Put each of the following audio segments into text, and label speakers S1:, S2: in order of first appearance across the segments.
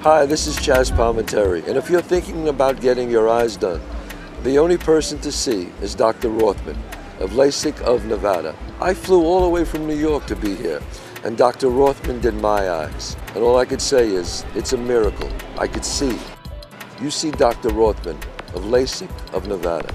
S1: Hi, this is Chaz Palminteri, and if you're thinking about getting your eyes done, the only person to see is Dr. Rothman of LASIK of Nevada. I flew all the way from New York to be here, and Dr. Rothman did my eyes. And all I could say is, it's a miracle. I could see. You see Dr. Rothman of LASIK of Nevada.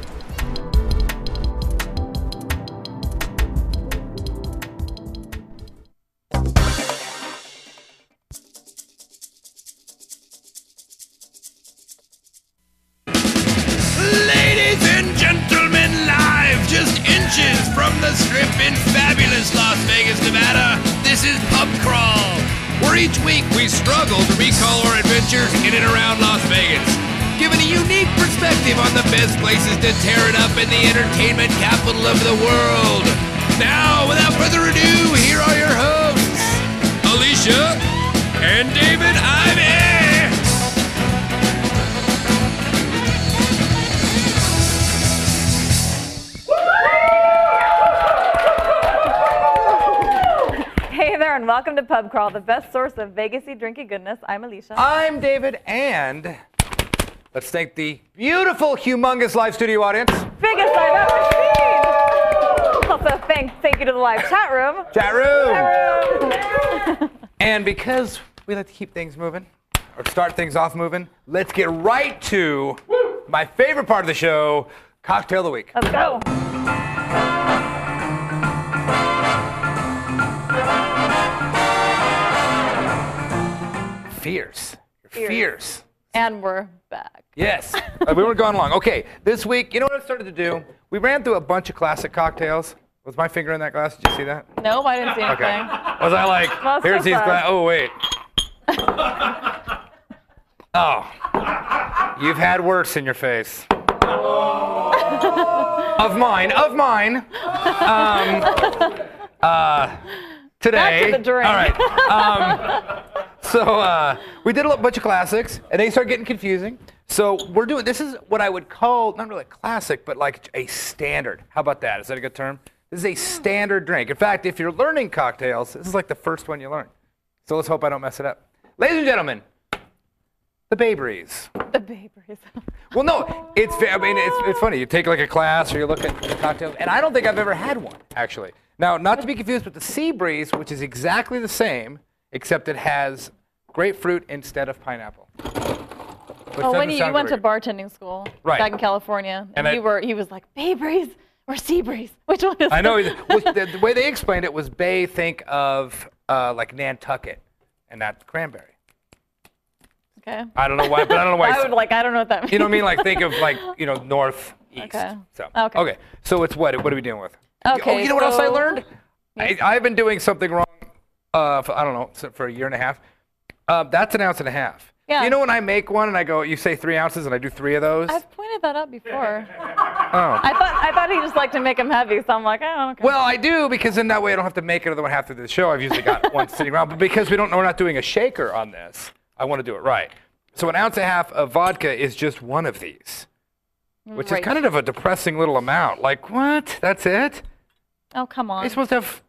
S2: Ladies and gentlemen, live just inches from the strip in fabulous Las Vegas, Nevada, this is Pub Crawl, where each week we struggle to recall our adventures in and around Las Vegas, giving a unique perspective on the best places to tear it up in the entertainment capital of the world. Now, without further ado, here are your hosts, Alicia and David Ivey.
S3: Hey there, and welcome to Pub Crawl, the best source of Vegasy drinking goodness. I'm Alicia.
S4: I'm David, and let's thank the beautiful, humongous live studio audience.
S3: Biggest I've ever seen. Also, thank thank you to the live chat room.
S4: Chat room.
S3: Chat room.
S4: And because we like to keep things moving, or start things off moving, let's get right to my favorite part of the show cocktail of the week.
S3: Let's go.
S4: Fierce.
S3: Fierce.
S4: Fierce.
S3: And we're back.
S4: Yes. Uh, we weren't going long. Okay, this week, you know what I started to do? We ran through a bunch of classic cocktails. Was my finger in that glass? Did you see that?
S3: Nope, I didn't see
S4: Okay.
S3: anything.
S4: Was I like,
S3: Well, so
S4: here's these
S3: far.
S4: gla- Oh, wait. oh. You've had worse in your face. of mine, of mine. Um, uh, today.
S3: the drink.
S4: All right. Um, so uh, we did a little bunch of classics, and they start getting confusing. So we're doing this is what I would call not really a classic, but like a standard. How about that? Is that a good term? This is a standard drink. In fact, if you're learning cocktails, this is like the first one you learn. So let's hope I don't mess it up. Ladies and gentlemen, the Bay Breeze.
S3: The Oh, Bay Breeze.
S4: Well, no, it's fa- I mean it's, it's funny. You take like a class or you look at cocktails, and I don't think I've ever had one actually. Now, not to be confused with the sea breeze, which is exactly the same, except it has grapefruit instead of pineapple. Which
S3: Oh,
S4: doesn't
S3: when you, you
S4: sound
S3: went to
S4: great.
S3: bartending school
S4: Right.
S3: back in California, and,
S4: And I-
S3: you were he was like Bay Breeze or Sea Breeze. Which one is?
S4: I know.
S3: it?
S4: it- well, the, the way they explained it was bay. Think of uh, like Nantucket, and not cranberry.
S3: okay.
S4: I don't know why, but I don't know why.
S3: I would like. I don't know what that means.
S4: you know what I mean? Like think of like you know north east.
S3: Okay.
S4: So
S3: Okay.
S4: So it's what? What are we dealing with? Oh,
S3: Okay,
S4: you know what else I
S3: so-
S4: learned? I, I've been doing something wrong. Uh, for, I don't know so- for a year and a half. Uh, that's an ounce and a half.
S3: Yeah.
S4: You know when I make one and I go, you say three ounces, and I do three of those.
S3: I've pointed that out before.
S4: oh.
S3: I thought I thought he just liked to make him heavy, so I'm like, oh, okay.
S4: Well, I do because then that way I don't have to make another one half through the show. I've usually got one sitting around, but because we don't we're not doing a shaker on this, I want to do it right. So an ounce and a half of vodka is just one of these, which
S3: Mm, Right.
S4: is kind of a depressing little amount. Like what? That's it?
S3: oh, come on.
S4: You're supposed to have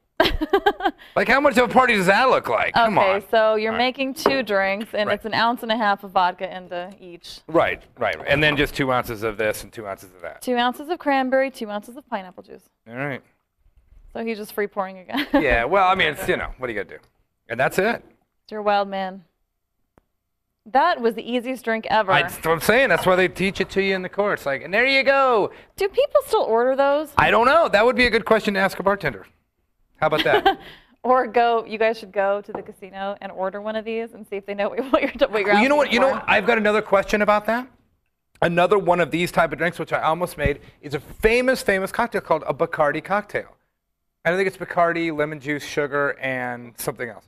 S4: like how much of a party does that look like? Come
S3: okay,
S4: on.
S3: so you're
S4: All right.
S3: making two drinks, and
S4: Right.
S3: it's an ounce and a half of vodka into each.
S4: Right, right, right. and then just two ounces of this and two ounces of that.
S3: Two ounces of cranberry, two ounces of pineapple juice.
S4: All right.
S3: So he's just free pouring again.
S4: Yeah. Well, I mean, it's you know, what are you gonna do? And that's it.
S3: You're a wild man. That was the easiest drink ever.
S4: I, that's what I'm saying. That's why they teach it to you in the course. Like, and there you go.
S3: Do people still order those?
S4: I don't know. That would be a good question to ask a bartender. How about that?
S3: Or go, you guys should go to the casino and order one of these and see if they know what what you're, what you're
S4: Well, you know
S3: asking
S4: what? You know,
S3: for.
S4: what? I've got another question about that. Another one of these type of drinks, which I almost made, is a famous, famous cocktail called a Bacardi cocktail. And I think it's Bacardi, lemon juice, sugar, and something else.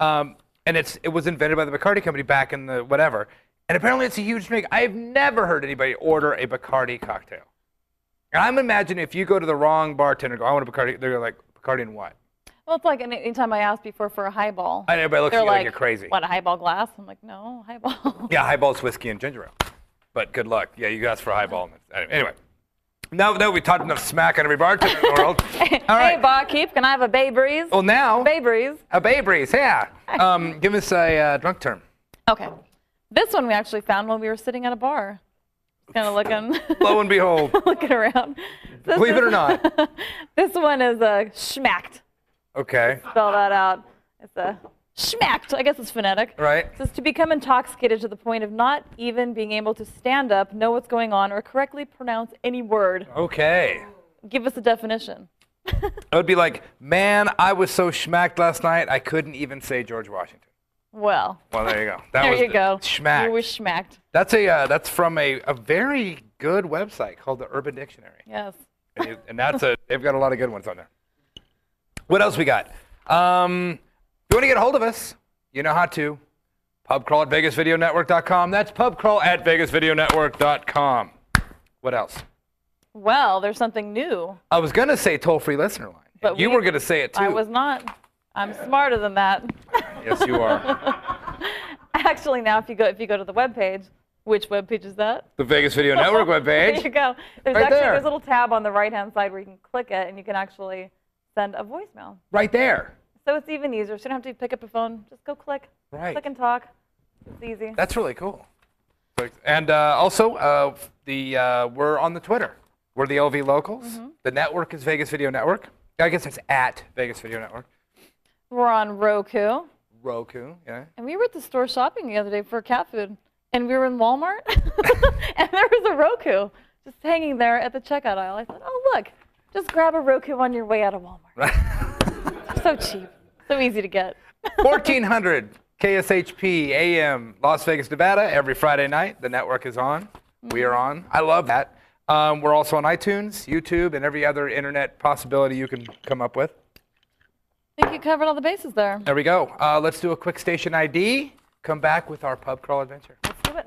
S4: Um, and it's it was invented by the Bacardi company back in the whatever. And apparently, it's a huge drink. I've never heard anybody order a Bacardi cocktail. And I'm imagining if you go to the wrong bartender, and go, I want a Bacardi. They're like, Bacardi and what?
S3: Well, it's like any- anytime I asked before for a highball.
S4: And everybody looks
S3: they're
S4: at you like you're crazy.
S3: What, a highball glass? I'm like, no, highball.
S4: Yeah, highball's whiskey and ginger ale. But good luck. Yeah, you asked for highball. Anyway, now that we talked enough smack on every bartender in the world. All right. Oh.
S3: Hey, barkeep, can I have a Bay Breeze?
S4: well, now
S3: Bay Breeze.
S4: a bay breeze. Yeah. Um, give us a uh, drunk term.
S3: Okay. This one we actually found when we were sitting at a bar. Kind of looking,
S4: Lo and behold,
S3: looking around. This
S4: believe it or
S3: is-
S4: not.
S3: This one is uh, schmacked.
S4: Okay.
S3: Spell that out. It's a schmacked. I guess it's phonetic.
S4: Right.
S3: It says to become intoxicated to the point of not even being able to stand up, know what's going on, or correctly pronounce any word.
S4: Okay.
S3: Give us a definition.
S4: It would be like, man, I was so schmacked last night, I couldn't even say George Washington.
S3: Well,
S4: Well, there you go. That
S3: there
S4: was
S3: you
S4: the-
S3: go.
S4: Schmacked.
S3: You were schmacked.
S4: That's a uh, that's from a, a very good website called the Urban Dictionary,
S3: Yes.
S4: and, you- and that's a they've got a lot of good ones on there. What else we got? Um, if you want to get a hold of us, you know how to. Pubcrawl at VegasVideoNetwork.com. That's pubcrawl at VegasVideoNetwork.com. What else?
S3: Well, there's something new.
S4: I was gonna say toll-free listener line.
S3: But
S4: you
S3: we-
S4: were gonna say it too.
S3: I was not. I'm smarter than that.
S4: Yes, you are.
S3: Actually, now if you go if you go to the webpage, which webpage is that?
S4: the Vegas Video Network
S3: There you
S4: webpage.
S3: go. There's
S4: Right
S3: actually
S4: there.
S3: there's a little tab on the right hand side where you can click it and you can actually send a voicemail.
S4: Right there.
S3: So it's even easier. So you don't have to pick up your phone. Just go click.
S4: Right.
S3: Click and talk. It's easy.
S4: That's really cool. And uh, also, uh, the uh, we're on the Twitter. We're the LV Locals.
S3: Mm-hmm.
S4: The network is Vegas Video Network. I guess it's at Vegas Video Network.
S3: We're on Roku.
S4: Roku, yeah.
S3: And we were at the store shopping the other day for cat food. And we were in Walmart. and there was a Roku just hanging there at the checkout aisle. I thought, oh, look, just grab a Roku on your way out of Walmart. so cheap. So easy to get.
S4: 1400 KSHP AM, Las Vegas, Nevada, every Friday night. The network is on. We are on. I love that. Um, we're also on iTunes, YouTube, and every other internet possibility you can come up with.
S3: I think you covered all the bases there.
S4: There we go. Uh, let's do a quick station ID. Come back with our pub crawl adventure.
S3: Let's do it.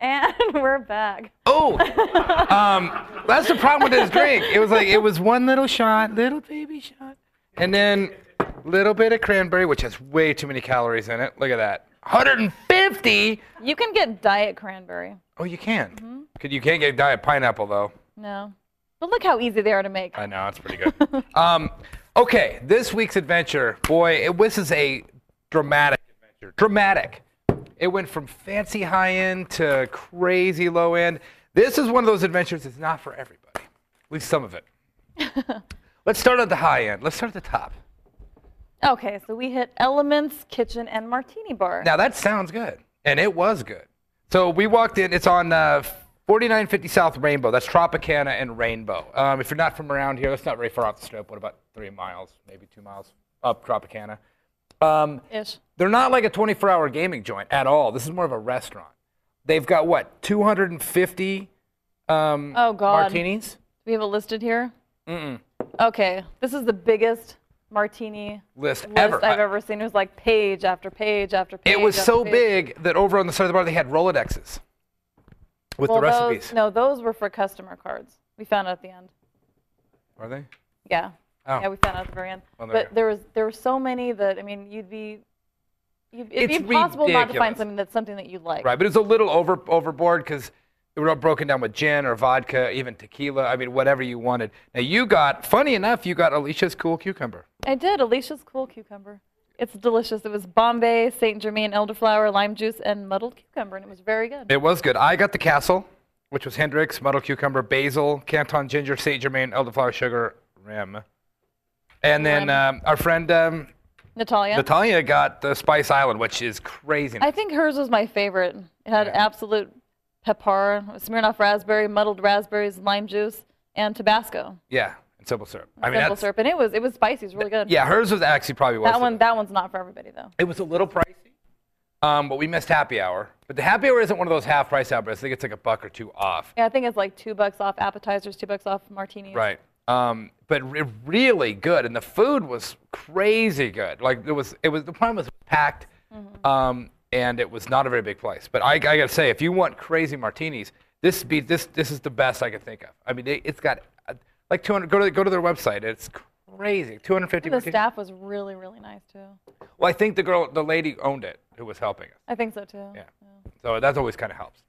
S3: And we're back.
S4: Oh, um, that's the problem with this drink. It was like it was one little shot, little baby shot, and then little bit of cranberry, which has way too many calories in it. Look at that, 150.
S3: You can get diet cranberry.
S4: Oh, you can. Could you can't get diet pineapple though.
S3: No. But look how easy they are to make.
S4: I know that's pretty good. um, okay, this week's adventure, boy, it, this is a dramatic adventure. Dramatic. It went from fancy high end to crazy low end. This is one of those adventures that's not for everybody. At least some of it. Let's start at the high end. Let's start at the top.
S3: Okay, so we hit Elements Kitchen and Martini Bar.
S4: Now that sounds good, and it was good. So we walked in. It's on uh, 4950 South Rainbow. That's Tropicana and Rainbow. Um, if you're not from around here, that's not very far off the strip. What about three miles, maybe two miles up Tropicana? Um,
S3: Ish.
S4: they're not like a 24-hour gaming joint at all. This is more of a restaurant. They've got what 250 um,
S3: Oh, God.
S4: martinis.
S3: We have it listed here? Mm-mm. Okay, this is the biggest martini
S4: List
S3: list
S4: ever.
S3: I've ever seen. It was like page after page after page.
S4: It was
S3: after
S4: so
S3: page.
S4: big that over on the side of the bar they had Rolodexes with
S3: Well,
S4: the
S3: those-
S4: recipes.
S3: No, those were for customer cards. We found out at the end.
S4: Are they?
S3: Yeah.
S4: Oh.
S3: Yeah, we found out at the very end.
S4: Well, there you
S3: but
S4: go.
S3: there was there were so many that I mean, you'd be you'd, it'd
S4: It's
S3: be impossible not to find
S4: ridiculous.
S3: something that's something that you like.
S4: Right, but it was a little over overboard because it was all broken down with gin or vodka, even tequila. I mean, whatever you wanted. Now you got, funny enough, you got Alicia's cool cucumber.
S3: I did. Alicia's cool cucumber. It's delicious. It was Bombay, Saint Germain, elderflower, lime juice, and muddled cucumber, and it was very good.
S4: It was good. I got the castle, which was Hendrix, muddled cucumber, basil, Canton ginger, Saint Germain, elderflower sugar, rim. And then um, our friend um,
S3: Natalia.
S4: Natalia got the Spice Island, which is crazy.
S3: I think hers was my favorite. It had absolute pepper, Smirnoff raspberry, muddled raspberries, lime juice, and Tabasco
S4: yeah, and simple syrup. I mean,
S3: simple
S4: that's-
S3: syrup, and it was it was spicy. It was really good.
S4: yeah, hers was actually probably was
S3: That
S4: the
S3: one
S4: best.
S3: that one's not for everybody though.
S4: It was a little pricey. Um, but we missed happy hour. But the happy hour isn't one of those half price outbursts. I think it's like a buck or two off.
S3: Yeah, I think it's like two bucks off appetizers, two bucks off martinis.
S4: Right. Um, but re- really good, and the food was crazy good. Like it was, it was the prime was packed, um, and it was not a very big place. But I, I gotta say, if you want crazy martinis, this be this this is the best I could think of. I mean, it, it's got uh, like 200. Go to go to their website. It's crazy. 250.
S3: The
S4: martinis.
S3: staff was really, really nice too.
S4: Well, I think the girl, the lady owned it, who was helping us.
S3: I think so too.
S4: Yeah. So that's always kind of helps.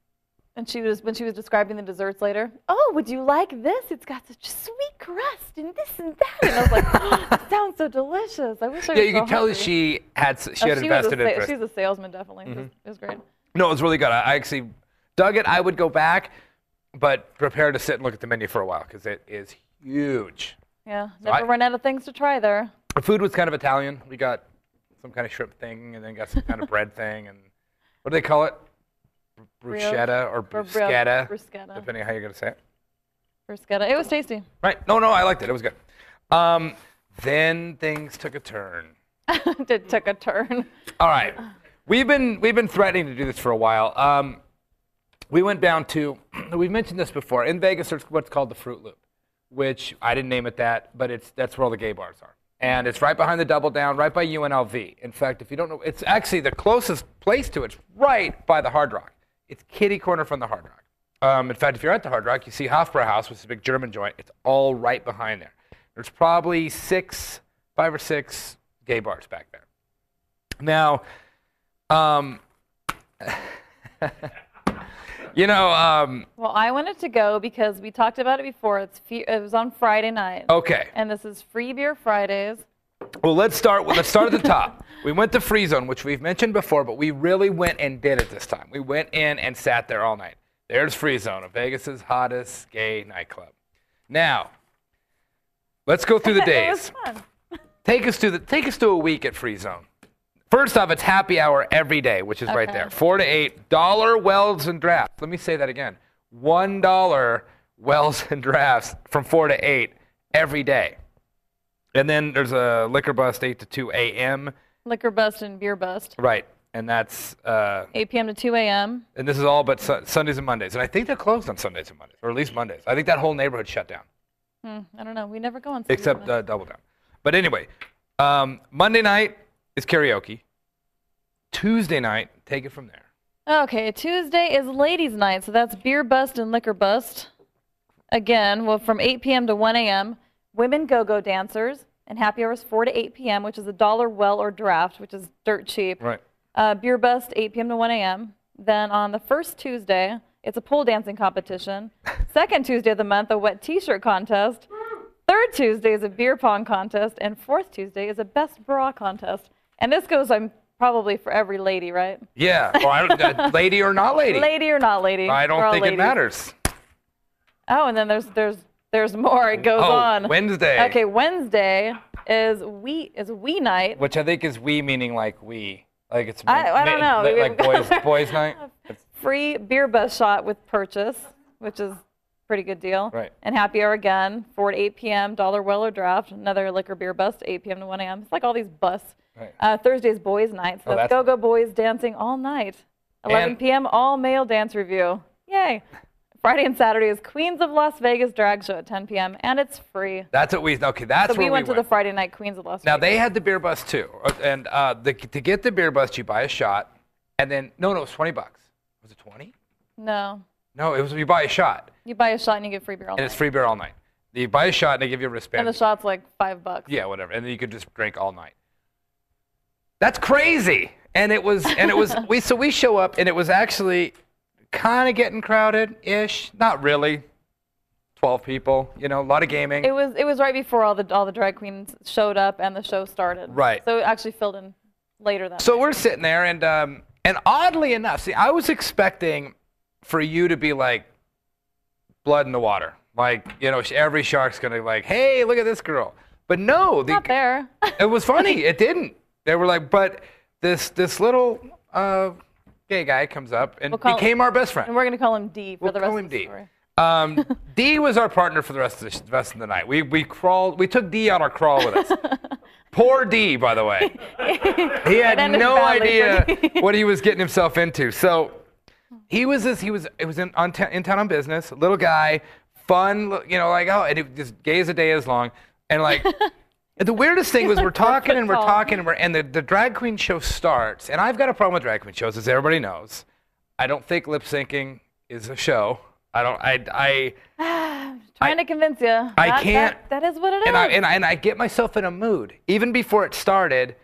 S3: And she was when she was describing the desserts later. Oh, would you like this? It's got such a sweet crust and this and that. And I was like, "Oh, sounds so delicious. I wish I.
S4: Yeah,
S3: was
S4: you
S3: so
S4: can tell
S3: hungry."
S4: that she had s- she had
S3: Oh, she was a
S4: invested
S3: sa-
S4: interest.
S3: She's a salesman, definitely.
S4: Mm-hmm.
S3: It, was, it was great.
S4: No, it was really good. I I actually dug it. I would go back, but prepare to sit and look at the menu for a while because it is huge.
S3: Yeah,
S4: I-
S3: never run out of things to try there.
S4: The food was kind of Italian. We got some kind of shrimp thing, and then got some kind of bread thing, and what do they call it? Br-
S3: Brioche
S4: Bruschetta or
S3: bro-
S4: bruschetta,
S3: bruschetta.
S4: depending on how you're gonna say it.
S3: Bruschetta. It was tasty.
S4: Right? No, no, I liked it. It was good. Um, then things took a turn.
S3: it took a turn.
S4: All right. We've been we've been threatening to do this for a while. Um, we went down to we've mentioned this before. In Vegas there's what's called the Fruit Loop, which I didn't name it that, but it's that's where all the gay bars are. And it's right behind the Double Down, right by UNLV. In fact, if you don't know, it's actually the closest place to it. It's right by the Hard Rock. It's kitty corner from the Hard Rock. Um, in fact, if you're at the Hard Rock, you see Hofbrauhaus, which is a big German joint. It's all right behind there. There's probably six, five or six gay bars back there. Now, um, you know, um,
S3: Well, I wanted to go because we talked about it before. It's fe- it was on Friday night.
S4: okay.
S3: And this is Free Beer Fridays.
S4: Well, let's start. Let's start at the top. We went to Free Zone, which we've mentioned before, but we really went and did it this time. We went in and sat there all night. There's Free Zone, Vegas's hottest gay nightclub. Now, let's go through the
S3: It was
S4: days.
S3: fun.
S4: Take us to the take us to a week at Free Zone. First off, it's happy hour every day, which is right
S3: Okay.
S4: there. Four to eight dollar welds and drafts. Let me say that again. One dollar welds and drafts from four to eight every day. And then there's a liquor bust eight to two a.m.
S3: Liquor bust and beer bust.
S4: Right, and that's uh,
S3: 8 p.m. to 2 a.m.
S4: and this is all but su- Sundays and Mondays. And I think they're closed on Sundays and Mondays, or at least Mondays. I think that whole neighborhood shut down.
S3: Hmm, I don't know. We never go on. Sunday
S4: except
S3: night.
S4: uh, Double Down. But anyway, um, Monday night is karaoke. Tuesday night, take it from there.
S3: Okay, Tuesday is ladies' night, so that's beer bust and liquor bust. Again, well, from 8 p.m. to 1 a.m. Women go-go dancers and happy hours 4 to 8 p.m., which is a dollar well or draft, which is dirt cheap.
S4: Right.
S3: Uh, beer bust 8 p.m. to 1 a.m. Then on the first Tuesday, it's a pool dancing competition. Second Tuesday of the month, a wet T-shirt contest. Third Tuesday is a beer pong contest, and fourth Tuesday is a best bra contest. And this goes, I'm probably for every lady, right?
S4: Yeah. Or I don't, uh, lady or not lady.
S3: Lady or not lady.
S4: I
S3: we're
S4: don't
S3: all
S4: think it
S3: ladies.
S4: matters.
S3: Oh, and then there's there's there's more. It goes
S4: Oh,
S3: on.
S4: Wednesday.
S3: Okay, Wednesday is we is we night.
S4: Which I think is we meaning like we. Like it's
S3: I- I don't know.
S4: like, like boys boys night. It's-
S3: Free beer bus shot with purchase, which is pretty good deal.
S4: Right.
S3: And happy hour again, 4 to 8 p.m. Dollar well or draft. Another liquor beer bus, 8 p.m. to 1 a.m. It's like all these bus.
S4: Right.
S3: Uh, Thursday's boys night. So
S4: Oh, that's-
S3: that's go go boys dancing all night. 11
S4: And-
S3: p.m. all male dance review. Yay. Friday and Saturday is Queens of Las Vegas drag show at 10 p.m. and it's free.
S4: That's what we okay, that's
S3: So
S4: where
S3: we went
S4: we
S3: to the Friday night Queens of Las
S4: Now
S3: Vegas.
S4: they had the beer bus too, Uh, and uh, the, to get the beer bus, you buy a shot, and then no, no, it was twenty bucks. Was it twenty?
S3: No,
S4: No, it was you buy a shot,
S3: you buy a shot and you get free beer all
S4: and
S3: night.
S4: it's free beer all night. You buy a shot, and they give you a wristband.
S3: and the shot's like five bucks.
S4: Yeah, whatever. And then you could just drink all night. That's crazy. And it was, and it was, we, so we show up and it was actually kind of getting crowded ish. Not really. 12 people, you know, a lot of gaming.
S3: It was it was right before all the all the drag queens showed up and the show started.
S4: Right.
S3: So it actually filled in later that.
S4: so we're sitting there and, um, and oddly enough, see, I was expecting for you to be like blood in the water. Like, you know, sh- every shark's going to be like, hey, look at this girl. But no, the,
S3: night. not there.
S4: it was funny. It didn't. They were like, but this this little uh, gay guy comes up and
S3: call-
S4: became our best
S3: and
S4: friend.
S3: we're gonna call him D for
S4: We'll
S3: the rest
S4: call
S3: of
S4: him
S3: the
S4: D.
S3: story.
S4: Um, D was our partner for the rest of the, the rest of the night. We we crawled. We took D on our crawl with us. Poor D, by the way. He had
S3: That ended
S4: no
S3: badly for
S4: idea
S3: D.
S4: what he was getting himself into. So he was this. He was. It was in on ta- in town on business. Little guy, fun. li- You know, like oh, and he was just gay as a day is long. And like the weirdest thing was we're talking and we're
S3: tall.
S4: talking and we're and the, the drag queen show starts. And I've got a problem with drag queen shows, as everybody knows. I don't think lip syncing is a show. I don't. I. I
S3: Trying to convince you. I
S4: can't-
S3: that is what it is.
S4: and I, and I and I get myself in a mood even before it started.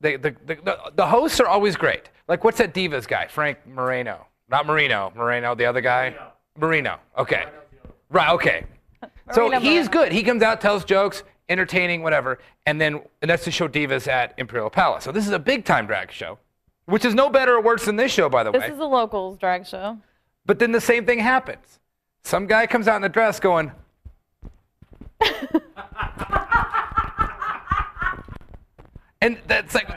S4: The the, the, the the hosts are always great. Like what's that divas guy? Frank Moreno, not Marino. Moreno, the other guy. Marino. Okay. Right. Okay. So
S3: Marino
S4: he's
S3: Moreno.
S4: good. He comes out, tells jokes, entertaining, whatever, and then and that's the show Divas at Imperial Palace. So this is a big time drag show, which is no better or worse than this show, by the way.
S3: this is a locals drag show.
S4: But then the same thing happens. Some guy comes out in a dress going, and that's like,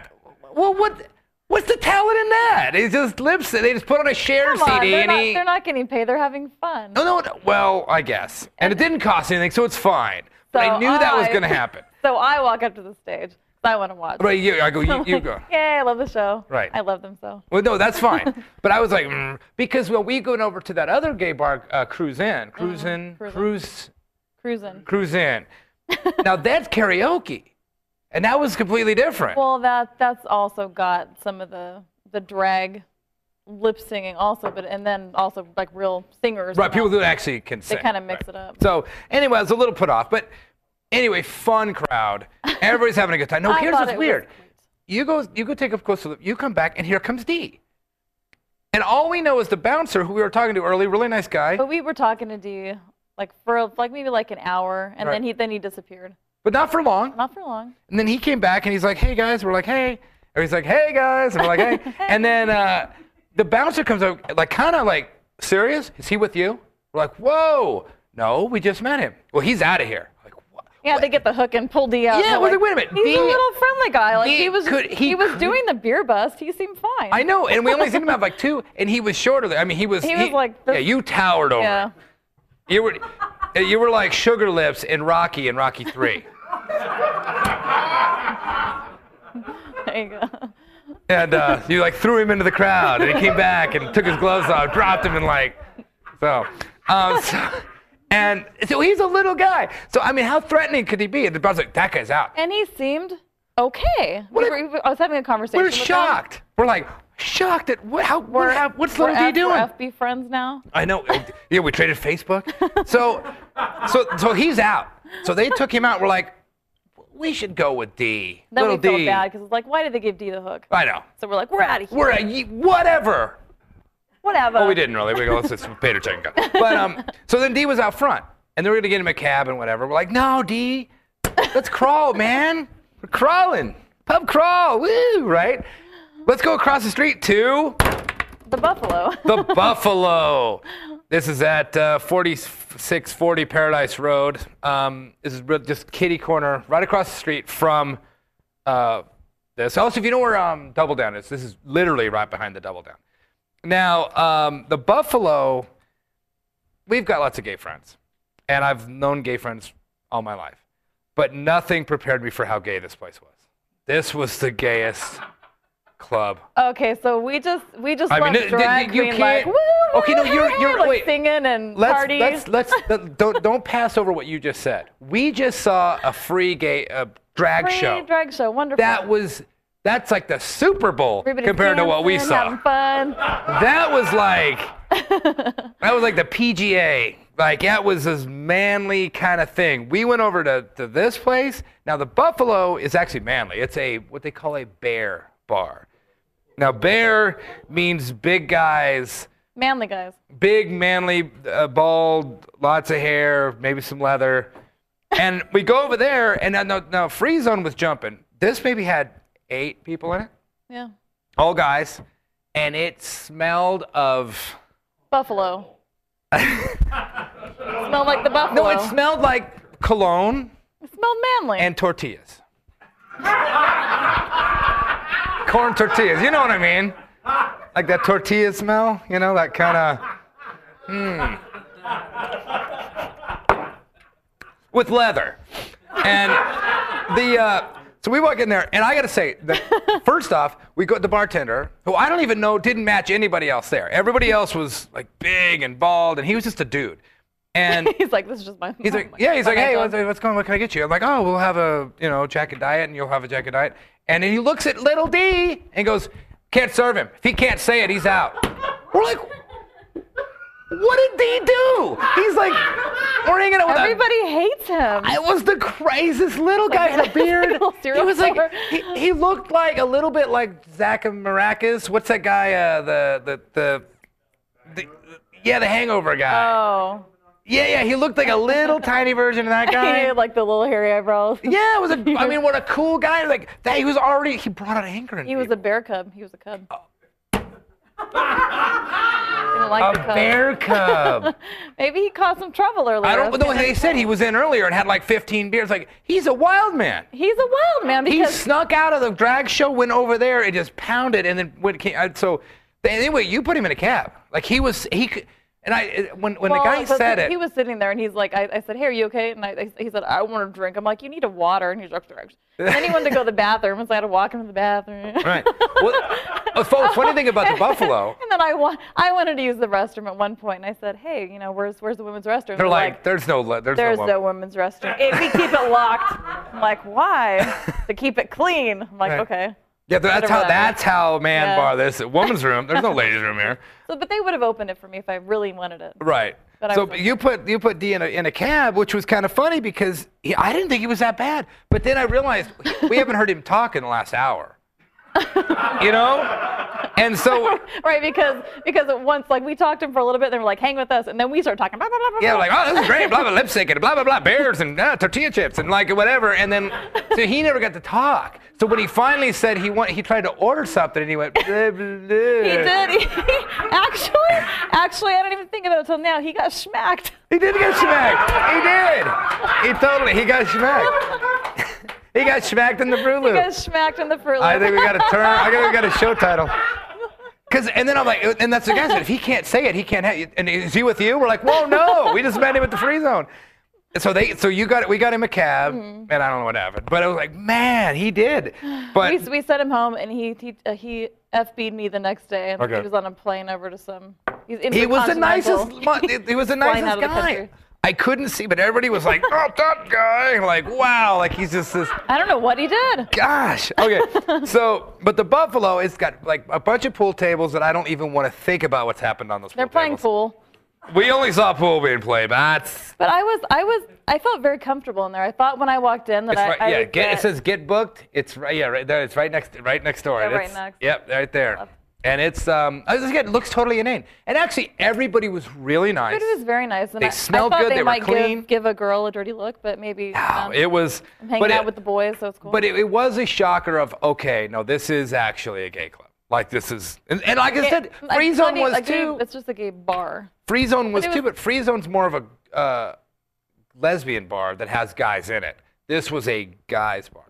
S4: well, what? What's the talent in that? It's just lips. They just put on a share
S3: Come on,
S4: CD
S3: they're
S4: and
S3: not,
S4: he.
S3: they're not getting paid. They're having fun.
S4: no, no, no. Well, I guess. And it didn't cost anything, so it's fine. But I
S3: So uh,
S4: knew that was
S3: I-
S4: going to happen.
S3: So I walk up to the stage. 'cause I want to watch.
S4: Right? You, I go. You, you go.
S3: Yay, I love the show.
S4: Right.
S3: I love them so.
S4: Well, no, that's fine. but I was like, mm, because when we going over to that other gay bar, uh, Cruise In, Cruise In,
S3: Uh-huh. Cruise In.
S4: Cruise
S3: Cruising.
S4: cruise in. now that's karaoke, and that was completely different.
S3: Well, that that's also got some of the the drag lip singing also, but and then also like real singers.
S4: right,
S3: and
S4: people
S3: all.
S4: who actually can
S3: They
S4: sing.
S3: kind of mix
S4: right.
S3: it up.
S4: So anyway, I was a little put off, but anyway, fun crowd. Everybody's having a good time. No,
S3: I
S4: here's
S3: thought
S4: what's
S3: it was
S4: weird.
S3: sweet.
S4: You go, you go take up close to the, you come back, and here comes D. And all we know is the bouncer who we were talking to earlier, really nice guy,
S3: But we were talking to D like for like maybe like an hour, and
S4: Right.
S3: then he then he disappeared.
S4: but not for long.
S3: Not for long.
S4: And then he came back and he's like, hey guys. We're like, hey. Or he's like, hey guys. And we're like, hey. and then uh, the bouncer comes up, like, kind of like, serious? Is he with you? We're like, whoa. No, we just met him. Well, he's out of here. Like, what?
S3: Yeah, they get the hook and pull D out.
S4: Yeah,
S3: They're
S4: I was like,
S3: like,
S4: wait a minute,
S3: He's
S4: D-
S3: a little friendly guy. Like
S4: D
S3: he was
S4: could- he
S3: he, was
S4: could-
S3: doing the beer bust. He seemed fine.
S4: I know. And we only seen him have like two, and he was shorter. than- I mean, he was.
S3: He was like this-
S4: yeah, you towered over.
S3: Yeah.
S4: him. You were, you were like Sugar Lips in Rocky and Rocky Three.
S3: There you go.
S4: And uh, you like threw him into the crowd, and he came back and took his gloves off, dropped him, and like, so, um, so and so he's a little guy. So I mean, how threatening could he be? And the brother's like, that guy's out.
S3: And he seemed okay. We
S4: What-
S3: were- we were- I was having a conversation.
S4: We're
S3: with him.
S4: shocked. We're like shocked at what, how what, hap- what's
S3: We're
S4: little D
S3: F- we're
S4: doing?
S3: FB friends now.
S4: I know. Yeah, we traded Facebook. So, so, so he's out. So they took him out. We're like, we should go with D.
S3: Then
S4: little
S3: we felt
S4: D.
S3: bad because it's like, why did they give D the hook?
S4: I know.
S3: So we're like, we're out of here.
S4: We're a ye- whatever.
S3: Whatever.
S4: Well, we didn't really. We go, let's just pay to check. and go." But um, so then D was out front, and they were gonna get him a cab and whatever. We're like, no, D, let's crawl, man. We're crawling, pub crawl, woo, right? Let's go across the street to
S3: The Buffalo.
S4: the Buffalo. This is at uh, 4640 Paradise Road. Um, this is real- just kitty corner, right across the street from uh, this. Also, if you know where um, Double Down is, this is literally right behind the Double Down. Now, um, the Buffalo, we've got lots of gay friends, and I've known gay friends all my life, but nothing prepared me for how gay this place was. This was the gayest club
S3: okay, so we just we just
S4: I
S3: I
S4: mean,
S3: love
S4: it-
S3: drag
S4: you- you
S3: queen,
S4: can't-
S3: like woo, woo,
S4: Okay, no, you're-
S3: hey,
S4: you're-
S3: like
S4: wait.
S3: singing and
S4: let's,
S3: parties.
S4: Let's let's let- don't don't pass over what you just said. We just saw a free gay uh, drag
S3: Free
S4: show.
S3: drag show, wonderful.
S4: that was that's like the Super Bowl
S3: Everybody's
S4: compared to what we
S3: dancing,
S4: saw.
S3: Having fun.
S4: That was like that was like the PGA. Like that was this manly kind of thing. We went over to, to this place. Now the Buffalo is actually manly. It's a what they call a bear bar. Now bear means big guys
S3: Manly guys.
S4: big, manly, uh, bald, lots of hair, maybe some leather. And we go over there, and now, now, now Free Zone was jumping. This maybe had eight people in it,
S3: Yeah.
S4: all guys, and it smelled of.
S3: Buffalo. smelled like the buffalo.
S4: No, it smelled like cologne
S3: It smelled manly.
S4: and tortillas. Corn tortillas, you know what I mean? hmm. Like that tortilla smell, you know, that kind of. with leather. And the uh, so we walk in there, and I got to say, the, first off, we go the bartender, who I don't even know didn't match anybody else there. Everybody else was like big and bald, and he was just a dude. And
S3: he's like, this is just Oh my. um,
S4: He's like, yeah. He's like, hey, what's, what's going? on? What can I get you? I'm like, oh, we'll have a you know jacket diet, and you'll have a jacket diet. And then he looks at little D and goes, can't serve him. If he can't say it, he's out. We're like, what did D do? He's like, we're hanging out with a-
S3: Everybody hates him.
S4: it was the craziest little guy with a beard.
S3: little serial
S4: He was like,
S3: killer.
S4: he, he looked like a little bit like Zach Maracas. What's that guy? Uh, the, the the the yeah, the Hangover guy.
S3: oh.
S4: yeah, yeah, he looked like a little tiny version of that
S3: He
S4: guy.
S3: had like the little hairy eyebrows.
S4: yeah, it was a. I mean, what a cool guy! Like that, he was already. He brought out anger. In
S3: He was a
S4: people.
S3: bear cub. He was a cub. Didn't like the
S4: a
S3: cub.
S4: bear cub.
S3: Maybe he caused some trouble earlier.
S4: I don't
S3: That's
S4: know.
S3: kinda-
S4: They said he was in earlier and had like 15 beers. Like he's a wild man.
S3: He's a wild man
S4: He
S3: because
S4: snuck out of the drag show, went over there, and just pounded, and then went. Came, I- so anyway, you put him in a cab. Like he was he could. And I when when
S3: well,
S4: the guy
S3: but
S4: said
S3: he-
S4: it,
S3: He was sitting there and he's like, I, I said, hey, are you okay? And I, I- he said, I want a drink. I'm like, you need a water. And he's like, "Drugs." And then he wanted to go to the bathroom. And so I had to walk him to the bathroom.
S4: right. Well, a fo- funny thing about the Buffalo.
S3: And then I, wa- I wanted to use the restroom at one point, and I said, "Hey, you know, where's where's the women's restroom?"
S4: They're like, there's no, le- there's,
S3: "There's
S4: no,
S3: no
S4: love."
S3: women's restroom. It, we keep it locked." I'm like, "Why?" to keep it clean. I'm like,
S4: Right.
S3: "Okay."
S4: yeah. That's how,
S3: around.
S4: that's how man
S3: Yeah.
S4: bar this woman's room. There's no ladies room here,
S3: So, but they would have opened it for me if I really wanted it.
S4: right?
S3: But I
S4: so
S3: was like-
S4: you put you put D in a, in a cab, which was kind of funny because he, I didn't think he was that bad, but then I realized we haven't heard him talk in the last hour, you know, and so
S3: Right, because because at once like we talked to him for a little bit, they were like, "Hang with us," and then we started talking. Blah, blah, blah, blah,
S4: Yeah,
S3: blah.
S4: like, oh, this is great, blah, blah, lipstick, and blah, blah, blah, bears, and uh, tortilla chips, and like, whatever. And then, so he never got to talk. So when he finally said he want, he tried to order something, and he went, blah, blah, blah.
S3: He did. He, actually, actually, I didn't even think about it until now. He got smacked.
S4: He did get smacked. He did. He totally, he got smacked. he got smacked in the brew
S3: He got
S4: loop.
S3: smacked in the fruit.
S4: I
S3: Loop.
S4: think we got a turn, I think we got a show title. Cause, and then I'm like, and that's the guy said, if he can't say it, he can't have. And is he with you? We're like, whoa, no, we just met him at the free zone. So they, so you got, we got him a cab,
S3: Mm-hmm.
S4: and I don't know what happened, but I was like, man, he did. But
S3: we, we sent him home, and he he, uh, he FB'd me the next day, and
S4: Okay.
S3: he was on a plane over to some. He's
S4: he was the nicest.
S3: intercontinental.
S4: mu- He he was the
S3: Flying
S4: nicest
S3: out of the
S4: guy.
S3: country.
S4: I couldn't see, but everybody was like, oh, that guy. And Like, wow, like he's just this.
S3: I don't know what he did.
S4: Gosh. Okay. So, but the Buffalo, it's got like a bunch of pool tables that I don't even want to think about what's happened on those.
S3: They're playing
S4: tables.
S3: pool,
S4: We only saw pool being played, but that's
S3: but I was I was I felt very comfortable in there. I thought when I walked in that
S4: It's
S3: I,
S4: right,
S3: I
S4: yeah,
S3: would
S4: get, it
S3: get-
S4: says get booked. It's right, yeah, right there. It's right next, right next door.
S3: Yeah, right
S4: It's-
S3: next.
S4: Yep, right there. And it's um, I was just getting, it looks totally inane. And actually, everybody was really nice.
S3: It was very nice. And
S4: They
S3: I,
S4: smelled
S3: I thought
S4: good,
S3: They,
S4: they were
S3: might
S4: clean.
S3: Give, give a girl a dirty look, but maybe
S4: Wow,
S3: um,
S4: it was.
S3: I'm hanging
S4: but
S3: out
S4: it-
S3: with the boys, so it's cool.
S4: But it, it was a shocker of okay, no, this is actually a gay club. Like this is, and, and like I
S3: It-
S4: said,
S3: like,
S4: free
S3: it's
S4: zone
S3: not e-
S4: was
S3: a gay-
S4: too.
S3: It's just a gay bar.
S4: Free Zone was,
S3: it
S4: too,
S3: was-
S4: but Free Zone's more of a uh, lesbian bar that has guys in it. This was a guys bar,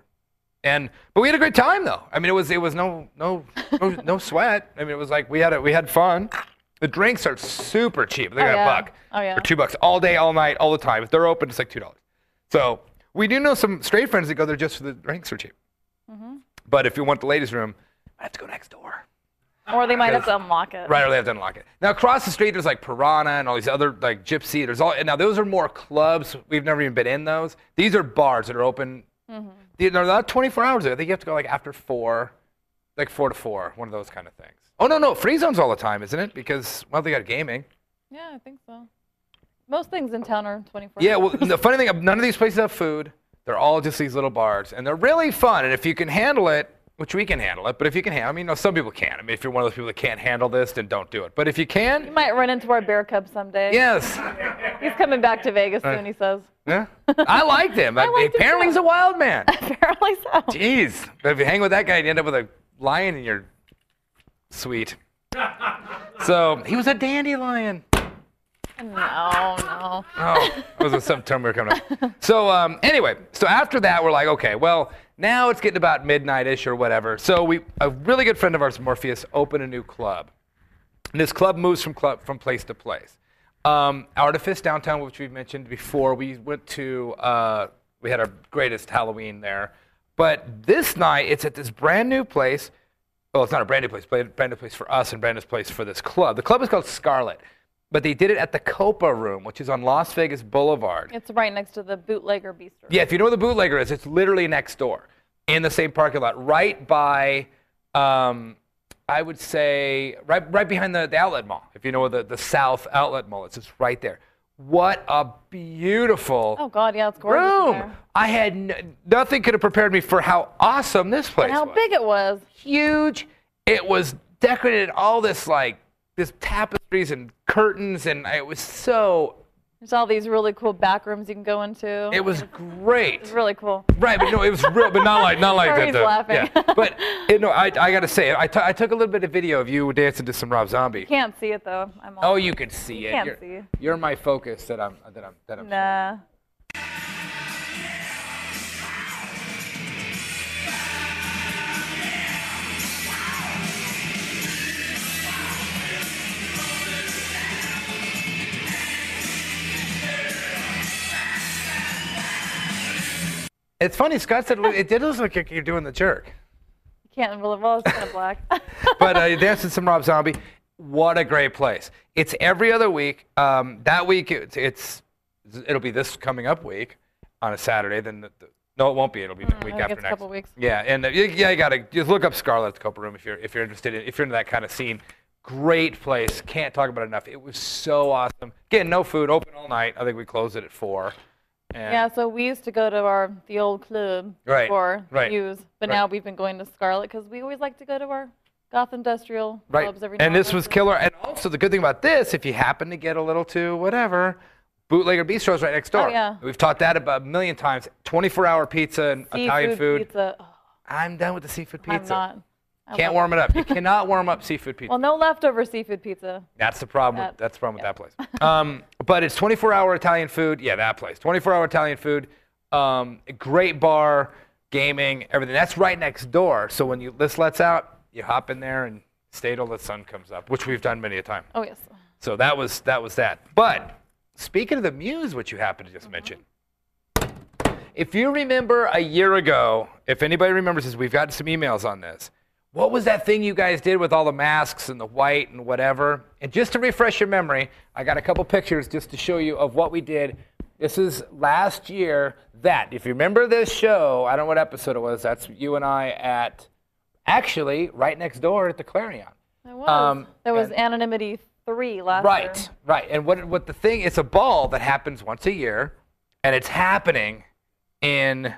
S4: and but we had a great time though. I mean, it was it was no no no, no sweat. I mean, it was like we had a, we had fun. The drinks are super cheap. They're
S3: Oh,
S4: gonna
S3: yeah.
S4: buck
S3: Oh, yeah.
S4: or two bucks all day, all night, all the time. If they're open, it's like two dollars. So we do know some straight friends that go there just for the drinks are cheap.
S3: Mm-hmm.
S4: But if you want the ladies' room, I have to go next door.
S3: Or they might have to unlock it.
S4: Right, or they have to unlock it. Now across the street, there's like Piranha and all these other like Gypsy. There's all and now those are more clubs. We've never even been in those. These are bars that are open. They- They're not 24 hours. I think you have to go like after four, like four to four, one of those kind of things. Oh no, no, free zones all the time, isn't it? Because well, they got gaming.
S3: Yeah, I think so. Most things in town are 24.
S4: Yeah. Well, the funny thing, none of these places have food. They're all just these little bars, and they're really fun. And if you can handle it, which we can handle it, but if you can handle, I mean, you know, some people can't. I mean, if you're one of those people that can't handle this, then don't do it. But if you
S3: You
S4: can,
S3: might run into our bear cub someday.
S4: yes.
S3: He's coming back to Vegas soon, he says.
S4: Yeah. I liked him. I
S3: liked him
S4: apparently
S3: too.
S4: he's a wild man.
S3: Apparently so.
S4: Jeez. But if you hang with that guy, you end up with a lion in your suite. So he was a dandelion.
S3: No, no.
S4: Oh, it was some term we were coming up. So um, anyway, so after that, we're like, okay, well, now it's getting about midnight-ish or whatever. So we, a really good friend of ours, Morpheus, opened a new club. And this club moves from club from place to place. Um, Artifice downtown, which we've mentioned before, we went to. Uh, we had our greatest Halloween there, but this night it's at this brand new place. Well, it's not a brand new place, but a brand new place for us and brand new place for this club. The club is called Scarlet, but they did it at the Copa Room, which is on Las Vegas Boulevard.
S3: It's right next to the bootlegger bistro.
S4: Yeah, if you know where the bootlegger is, it's literally next door in the same parking lot, right by, um, I would say, right, right behind the, the outlet mall. If you know where the, the South Outlet Mall is, it's right there. What a beautiful
S3: Oh God, yeah, it's gorgeous. in
S4: room.
S3: there.
S4: I had n- nothing could have prepared me for how awesome this place
S3: And how
S4: was.
S3: big it was.
S4: Huge. It was decorated in all this like this tapestries and curtains, and it was so.
S3: There's all these really cool back rooms you can go into.
S4: It was great.
S3: It's really cool.
S4: Right, but no, it was real, but not like not like that.
S3: Sorry, he's
S4: though.
S3: laughing.
S4: Yeah, but it, no, I, I gotta say, I t- I took a little bit of video of you dancing to some Rob Zombie.
S3: Can't see it though. I'm all.
S4: Oh, you could see it.
S3: can't
S4: you're,
S3: see.
S4: You're my focus that I'm that I'm that I'm.
S3: Nah.
S4: It's funny, Scott said it did look like you're doing the jerk,
S3: Can't really. Well, it's kind of black.
S4: but uh, you're dancing some Rob Zombie. What a great place! It's every other week. Um, that week it's, it's it'll be this coming up week on a Saturday. Then the, the- no, it won't be. It'll be the week
S3: Mm, think
S4: after
S3: it's a
S4: next.
S3: couple weeks.
S4: Yeah, and uh, you, yeah, you gotta just look up Scarlet at the Copa Room if you're if you're interested in, if you're into that kind of scene. Great place, can't talk about it enough. It was so awesome. Again, no food, open all night. I think we closed it at four. And
S3: yeah. So we used to go to our the old club
S4: Right,
S3: for
S4: right,
S3: views, but
S4: right.
S3: now we've been going to Scarlet because we always like to go to our goth industrial
S4: right.
S3: clubs every.
S4: And
S3: now
S4: this was
S3: then.
S4: killer. And also the good thing about this, if you happen to get a little too whatever, Bootlegger Bistro's right next door.
S3: Oh, yeah.
S4: We've taught that about a million times. 24-hour pizza and Italian
S3: Seafood
S4: food.
S3: Pizza. Oh,
S4: I'm done with the seafood pizza.
S3: I'm not. I
S4: Can't
S3: love-
S4: warm it up. You cannot warm up seafood pizza.
S3: Well, no leftover seafood pizza.
S4: That's the problem. With,
S3: That-
S4: that's the problem with that place. Um, but it's 24-hour Italian food. Yeah, that place. 24-hour Italian food. Um, great bar, gaming, everything. That's right next door. So when you this lets out, you hop in there and stay till the sun comes up, which we've done many a time.
S3: Oh yes.
S4: So that was that was that. But speaking of the muse, which you happened to just mention, if you remember a year ago, if anybody remembers this, we've gotten some emails on this. What was that thing you guys did with all the masks and the white and whatever? And just to refresh your memory, I got a couple pictures just to show you of what we did. This is last year. That, if you remember this show, I don't know what episode it was. That's you and I at, actually, right next door at the Clarion.
S3: It was.
S4: Um,
S3: there was
S4: and-
S3: anonymity three last year.
S4: Right, right. And what what the thing? It's a ball that happens once a year, and it's happening in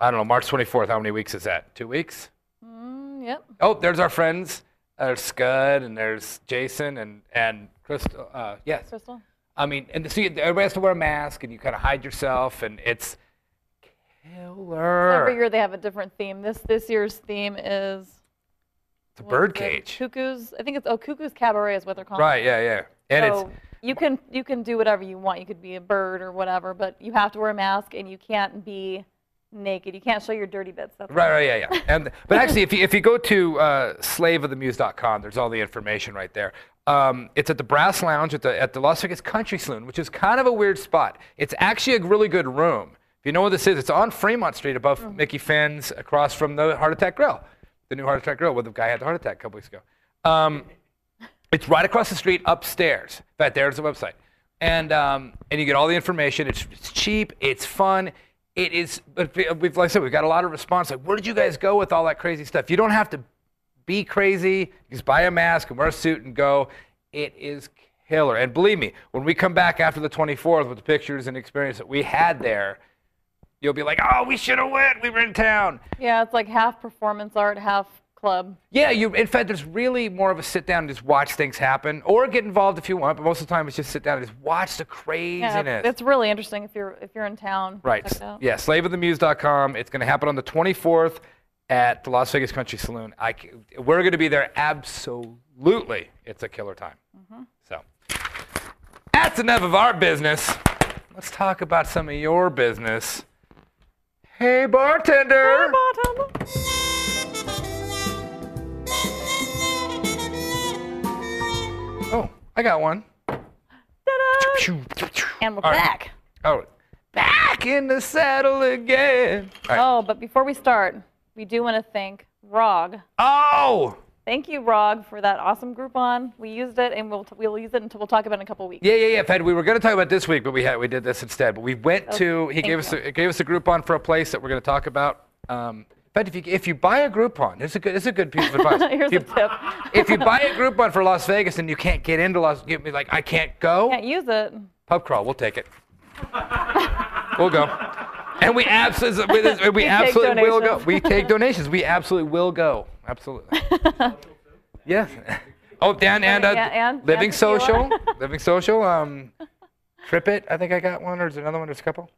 S4: I don't know March 24th. How many weeks is that? Two weeks.
S3: Mm, yep.
S4: Oh, there's our friends. There's Scud and there's Jason and and Crystal. Uh, yes.
S3: Crystal.
S4: I mean, and so you, everybody has to wear a mask, and you kind of hide yourself, and it's
S3: Every
S4: killer.
S3: year they have a different theme. This this year's theme is
S4: It's a
S3: what is it?
S4: birdcage.
S3: Cuckoo's. I think it's oh Cuckoo's Cabaret is what they're calling.
S4: Right. Yeah. Yeah.
S3: It.
S4: And
S3: So
S4: it's
S3: you can you can do whatever you want. You could be a bird or whatever, but you have to wear a mask and you can't be naked. You can't show your dirty bits. That's
S4: Right, right, yeah, yeah. And but actually, if you if you go to uh, slaveofthemuse.com, there's all the information right there. Um, it's at the Brass Lounge at the at the Las Vegas Country Saloon, which is kind of a weird spot. It's actually a really good room. If you know where this is, it's on Fremont Street above Mickey Finn's, across from the Heart Attack Grill, the new Heart Attack Grill, where the guy had the heart attack a couple weeks ago. Um, it's right across the street upstairs. In fact, there's the website. And, um, and you get all the information. It's, it's cheap. It's fun. It is, but we- we've, like I said, we've got a lot of response. Like, where did you guys go with all that crazy stuff? You don't have to be crazy. You just buy a mask and wear a suit and go. It is killer. And believe me, when we come back after the 24th with the pictures and experience that we had there, you'll be like, oh, we should have went. We were in town.
S3: Yeah, it's like half performance art, half club.
S4: Yeah, you. In fact, there's really more of a sit down and just watch things happen, or get involved if you want. But most of the time, it's just sit down and just watch the
S3: Yeah,
S4: craziness.
S3: it's, it's really interesting if you're if you're in town.
S4: right.
S3: Check it out.
S4: Yeah, slaveofthemuse.com. It's going to happen on the 24th at the Las Vegas Country Saloon. I, c- we're going to be there. Absolutely, it's a killer time. So that's enough of our business. Let's talk about some of your business. Hey, bartender. Oh, I got one.
S3: Ta-da! And we're
S4: All right.
S3: back.
S4: Oh, back in the saddle again. All right.
S3: Oh, but before we start, we do want to thank Rog.
S4: Oh,
S3: Thank you, Rog, for that awesome Groupon. We used it, and we'll, t- we'll use it until we'll talk about it in a couple weeks.
S4: yeah, yeah, yeah. In fact, we were going to talk about this week, but we had we did this instead. But we went
S3: Oh,
S4: to he gave us a, gave us a Groupon for a place that we're going to talk about. Um, in fact, if you if you buy a Groupon, it's a good it's a good piece of advice. if
S3: Here's
S4: you,
S3: a tip.
S4: if you buy a Groupon for Las Vegas and you can't get into Las, get me like I can't go.
S3: Can't use it.
S4: Pub crawl, we'll take it. we'll go. And we absolutely, we,
S3: take
S4: absolutely will go.
S3: donations.
S4: We take donations. We absolutely will go. Absolutely. yes. Oh, Dan and, uh,
S3: Yeah, and-
S4: Living
S3: and tequila.
S4: Social. Living Social. Um, Trip It, I think I got one, or is there another one? There's a couple.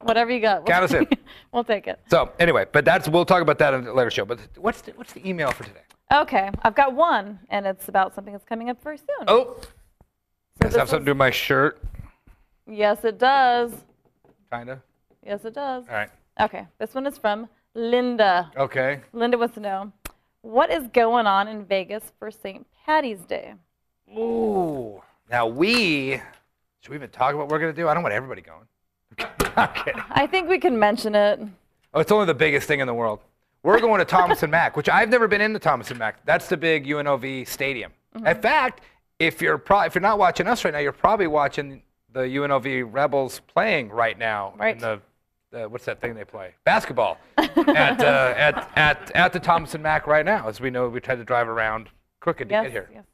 S3: Whatever you got.
S4: Count us in.
S3: we'll take it.
S4: So anyway, but that's we'll talk about that in a later show. But what's the, what's the email for today?
S3: Okay, I've got one, and it's about something that's coming up very soon.
S4: Oh,
S3: So
S4: does it have
S3: this
S4: something to do with my shirt?
S3: is- Yes, it does.
S4: Kinda.
S3: Yes, it does.
S4: All right.
S3: Okay, this one is from Linda.
S4: Okay.
S3: Linda wants to know what is going on in Vegas for St. Patty's Day?
S4: Ooh. Now we should we even talk about what we're gonna do? I don't want everybody going. I'm kidding.
S3: I think we can mention it.
S4: Oh, it's only the biggest thing in the world. We're going to Thomas and Mack, which I've never been into Thomas and Mack. That's the big UNLV stadium.
S3: Mm-hmm.
S4: In fact, if you're pro- if you're not watching us right now, you're probably watching the UNLV Rebels playing right now
S3: Right.
S4: in the uh, what's that thing they play? Basketball at, uh, at at at the Thomas and Mack right now. As we know, we tried to drive around crooked to
S3: Yes.
S4: get here.
S3: yes.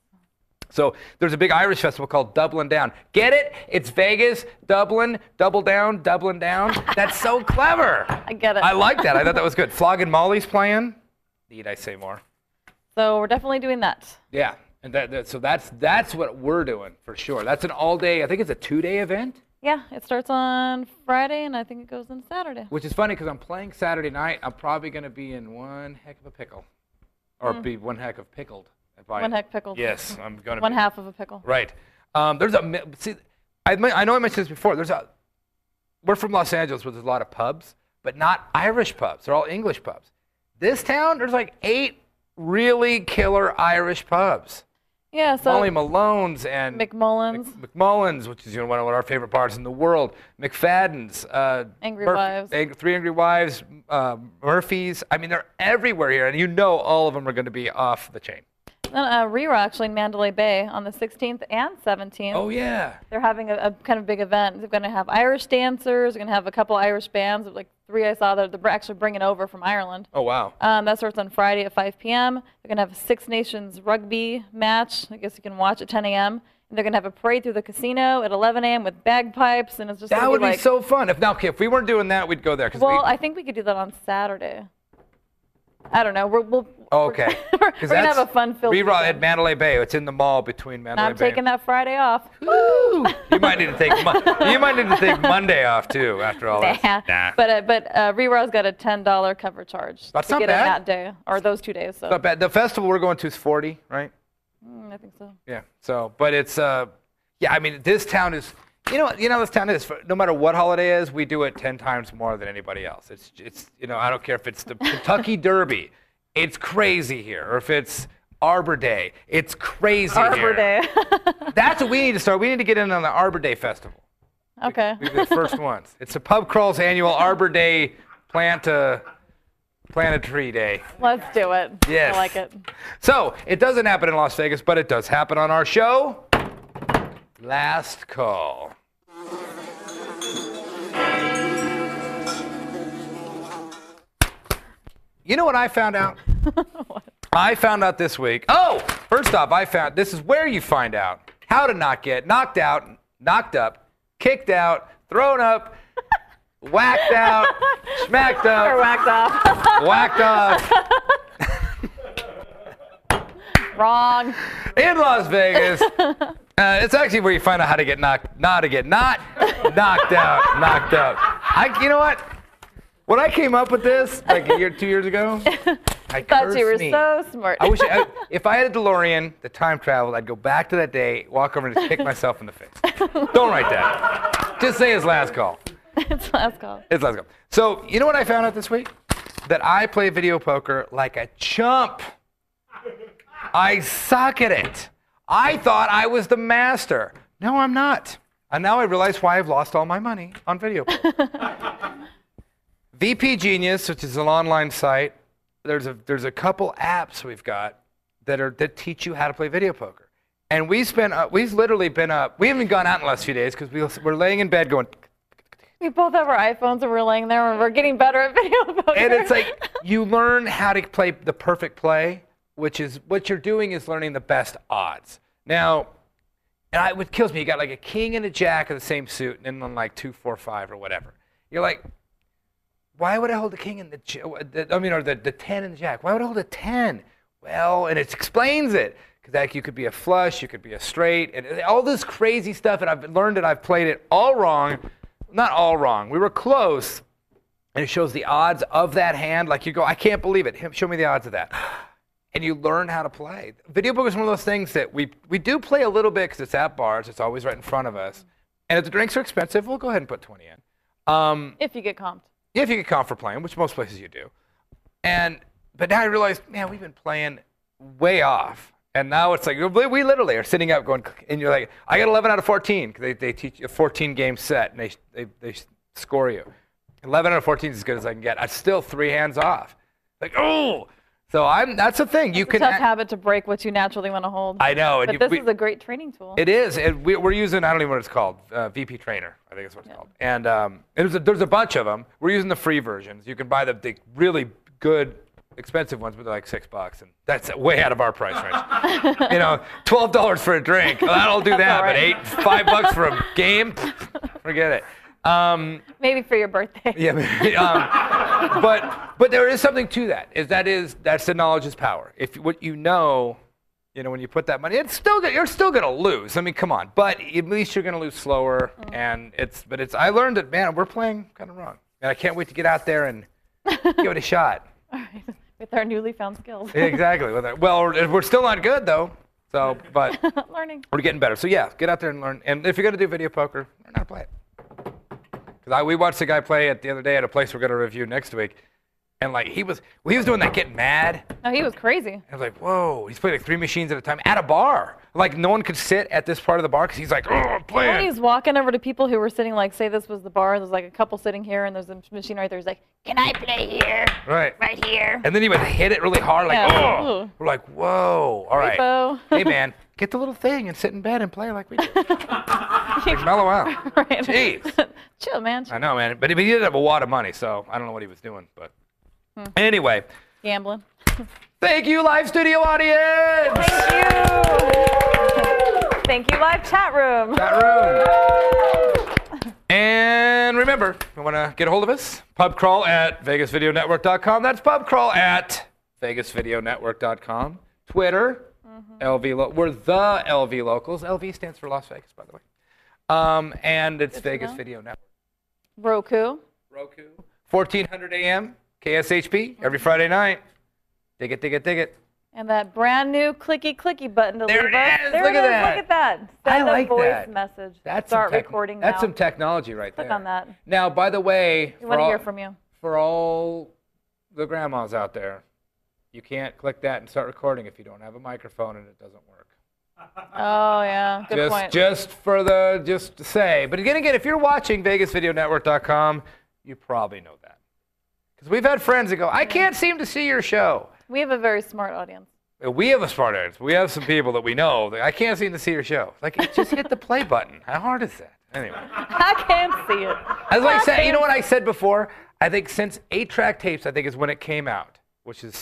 S4: So there's a big Irish festival called Dublin Down. Get it? It's Vegas, Dublin, double down, Dublin down. That's so clever.
S3: I get it.
S4: I like that. I thought that was good. Flog and Molly's playing. Need I say more?
S3: So we're definitely doing that.
S4: Yeah. And that, that, so that's that's what we're doing for sure. That's an all day. I think it's a two day event,
S3: Yeah, it starts on Friday, and I think it goes on Saturday.
S4: which is funny because I'm playing Saturday night. I'm probably going to be in one heck of a pickle, or be one heck of pickled. if I-
S3: Hmm. One heck pickled.
S4: Yes, I'm going to.
S3: One half of a pickle.
S4: Right. Um, there's a mi- see. I, mi- I know I mentioned this before. There's a. We're from Los Angeles, where there's a lot of pubs, but not Irish pubs. They're all English pubs. This town, there's like eight really killer Irish pubs.
S3: Yeah, so
S4: Molly Malone's and
S3: McMullins,
S4: McMullen's, which is you know one of our favorite bars in the world. McFadden's, uh,
S3: Angry Wives.
S4: Ang- Three Angry Wives, uh, Murphy's. I mean, they're everywhere here, and you know all of them are going to be off the chain.
S3: then uh, Rira actually in Mandalay Bay on the 16th and 17th.
S4: Oh yeah.
S3: They're having a, a kind of big event. They're going to have Irish dancers. They're going to have a couple Irish bands, like three I saw that they're actually bringing over from Ireland.
S4: Oh wow.
S3: Um, that starts on Friday at 5 p.m. They're going to have a Six Nations rugby match. I guess you can watch at 10 a.m. And they're going to have a parade through the casino at 11 a.m. with bagpipes, and it's just
S4: That
S3: gonna
S4: would be
S3: like,
S4: so fun. If now, okay, if we weren't doing that, we'd go there. 'cause
S3: Well,
S4: we-
S3: I think we could do that on Saturday. I don't know. We're, we'll.
S4: oh, okay.
S3: We're, we're
S4: 'Cause
S3: gonna
S4: that's-
S3: have a fun-filled
S4: We run at
S3: weekend.
S4: Mandalay Bay. It's in the mall between Mandalay
S3: I'm
S4: Bay.
S3: taking that Friday off.
S4: Woo! you might need to take Mon- you might need to take Monday off too. After all this. Nah.
S3: But uh, but uh, Rero's got a ten dollar cover charge
S4: That's
S3: to
S4: not
S3: get
S4: bad.
S3: in that day or those two days. So
S4: Not bad. The festival we're going to is 40, right?
S3: Mm, I think so.
S4: Yeah. So, but it's uh, yeah. I mean, this town is. You know, you know how this town is. No matter what holiday is, we do it ten times more than anybody else. It's, it's, you know, I don't care if it's the Kentucky Derby, it's crazy here, or if it's Arbor Day, it's crazy
S3: Arbor
S4: here.
S3: Day.
S4: That's what we need to start. We need to get in on the Arbor Day Festival.
S3: okay.
S4: We're the first ones. It's the Pub Crawl's annual Arbor Day plant a plant a tree day.
S3: Let's do it.
S4: Yes.
S3: I like it.
S4: So it doesn't happen in Las Vegas, but it does happen on our show. Last call. You know what I found out? I found out this week. Oh, first off, I found this is where you find out how to not get knocked out, knocked up, kicked out, thrown up, whacked out, smacked
S3: Or
S4: up,
S3: whacked off.
S4: whacked up.
S3: Wrong.
S4: in Las Vegas. Uh, it's actually where you find out how to get knocked, not to get not knocked out, knocked out. I, you know what? When I came up with this like a year, two years ago, I
S3: Thought you
S4: cursed
S3: were
S4: me.
S3: so smart.
S4: I wish I, if I had a DeLorean that time traveled, I'd go back to that day, walk over and just kick myself in the face. Don't write that. Just say it's last call.
S3: it's last call.
S4: It's last call. So you know what I found out this week? That I play video poker like a chump. I suck at it. I thought I was the master. No, I'm not. And now I realize why I've lost all my money on video. poker. VP Genius, which is an online site, there's a there's a couple apps we've got that are that teach you how to play video poker. And we've spent uh, we've literally been up. We haven't gone out in the last few days because we, we're laying in bed going.
S3: We both have our iPhones and we're laying there and we're getting better at video poker.
S4: And it's like you learn how to play the perfect play, which is what you're doing is learning the best odds. Now, and I, what kills me, you got like a king and a jack in the same suit, and then on like two, four, five, or whatever. You're like, why would I hold the king and the, j- uh, the I mean, or the, the ten and the jack? Why would I hold a ten? Well, and it explains it because like you could be a flush, you could be a straight, and and all this crazy stuff. And I've learned it. I've played it all wrong, not all wrong. We were close, and it shows the odds of that hand. Like you go, I can't believe it. Him- Show me the odds of that. And you learn how to play. Video poker is one of those things that we we do play a little bit because it's at bars. It's always right in front of us. And if the drinks are expensive, we'll go ahead and put twenty in. Um,
S3: if you get comped.
S4: if you get comp for playing, which most places you do. And but now I realize, man, we've been playing way off. And now it's like we we literally are sitting up going, click, and you're like, I got 11 out of 14. 'cause They, they teach you a 14 game set and they, they, they score you. 11 out of 14 is as good as I can get. I'm still three hands off. Like, oh, so I'm. That's the thing. You
S3: It's a
S4: can.
S3: tough
S4: act-
S3: habit to break what you naturally want to hold.
S4: I know.
S3: But
S4: you-
S3: this
S4: we-
S3: is a great training tool.
S4: it is. And we, we're using, I don't even know what it's called, uh, VP Trainer, I think that's what it's called. And um, it was a, there's a bunch of them. We're using the free versions. You can buy the, the really good, expensive ones, but they're like six bucks. And that's way out of our price range. you know, $12 for a drink. Well, that'll do that.
S3: all
S4: But
S3: right.
S4: eight, five bucks for a game, forget it. Um,
S3: Maybe for your birthday.
S4: yeah, but- um, but but there is something to that. Is that is that's the knowledge is power. If what you know, you know, when you put that money, it's still go- you're still gonna lose. I mean, come on. But at least you're gonna lose slower. And it's but it's I learned that man, we're playing kind of wrong, and I can't wait to get out there and give it a shot.
S3: With our newly found skills.
S4: Yeah, exactly. Well, that- Well, we're we're still not good though. So, but
S3: Learning.
S4: we're getting better. So yeah, get out there and learn. And if you're gonna do video poker, learn how to play it. Cause I, we watched a guy play it the other day at a place we're gonna review next week, and like he was, well, he was doing that getting mad. And
S3: No, he was crazy.
S4: I was like, whoa, he's playing like three machines at a time at a bar. Like no one could sit at this part of the bar because he's like, oh, I'm
S3: When
S4: playing.
S3: he's walking over to people who were sitting, like, say this was the bar, there's like a couple sitting here, and there's a machine right there. He's like,
S5: Can I play here?
S4: Right.
S5: Right here.
S4: And then he would hit it really hard, like,
S3: Yeah.
S4: oh.
S3: Ooh.
S4: We're like, whoa, all right.
S3: Bo.
S4: Hey man, get the little thing and sit in bed and play like we do. like mellow out.
S3: right.
S4: Jeez.
S3: Chill, man.
S4: I know, man. But he did have a wad of money, so I don't know what he was doing. But anyway,
S3: Gambling.
S4: thank you, live studio audience.
S3: Thank you, live chat room.
S4: That room. And remember, if you want to get a hold of us, pub crawl at vegasvideonetwork.com. That's pub crawl at vegasvideonetwork.com. Twitter, LV. Lo- we're the LV locals. LV stands for Las Vegas, by the way. Um, and it's Vegas Video Network.
S3: Roku.
S4: Roku, 1400 AM, KSHP, every Friday night. Dig it, dig it, dig it.
S3: And that brand new clicky clicky button to
S4: There it
S3: leave us.
S4: is.
S3: There
S4: Look
S3: it
S4: at
S3: is.
S4: that.
S3: Look at that.
S4: I
S3: Send
S4: like
S3: a voice
S4: that.
S3: message.
S4: That's
S3: Start
S4: some tech-
S3: recording now.
S4: That's some technology right there.
S3: Click on that.
S4: Now, by the way,
S3: We
S4: for
S3: want to
S4: all,
S3: hear from you.
S4: for all the grandmas out there, you can't click that and start recording if you don't have a microphone and it doesn't work.
S3: Oh, yeah. Good
S4: just,
S3: point.
S4: just for the, just to say. But again, again, if you're watching VegasVideoNetwork.com, you probably know that. Because we've had friends that go, I can't seem to see your show.
S3: we have a very smart audience.
S4: We have a smart audience. We have some people that we know. That I can't seem to see your show. Like, just hit the play button. How hard is that? Anyway.
S3: I can't see it.
S4: As I said, you know what I said before? I think since eight track tapes, I think is when it came out, which is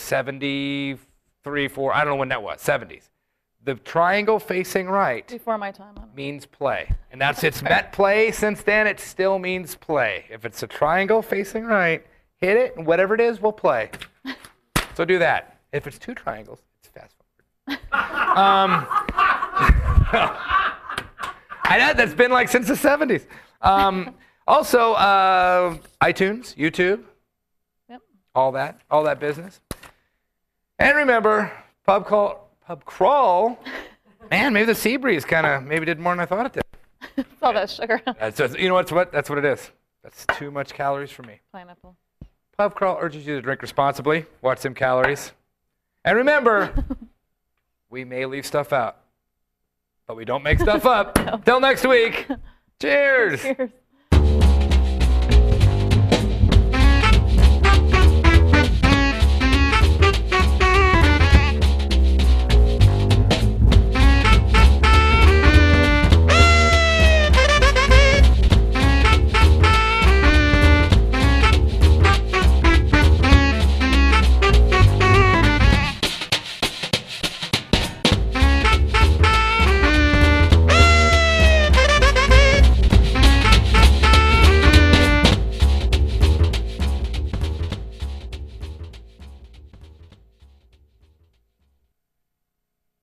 S4: 73, 4, I don't know when that was, 70s. The triangle facing right
S3: Before my time. I don't know.
S4: means play. And that's it's meant play since then, it still means play. If it's a triangle facing right, hit it, and whatever it is, we'll play. So do that. If it's two triangles, it's fast forward. um, I know that's been like since the 70s. Um, also, uh, iTunes, YouTube,
S3: Yep.
S4: all that, all that business. And remember, pub call, pub crawl. Man, maybe the sea breeze kind of maybe did more than I thought it did.
S3: It's all that sugar.
S4: That's just, you know what's what? That's what it is. That's too much calories for me.
S3: Pineapple.
S4: Pub Crawl urges you to drink responsibly, watch some calories. And remember, we may leave stuff out, but we don't make stuff up. Till next week. Cheers.
S3: Cheers.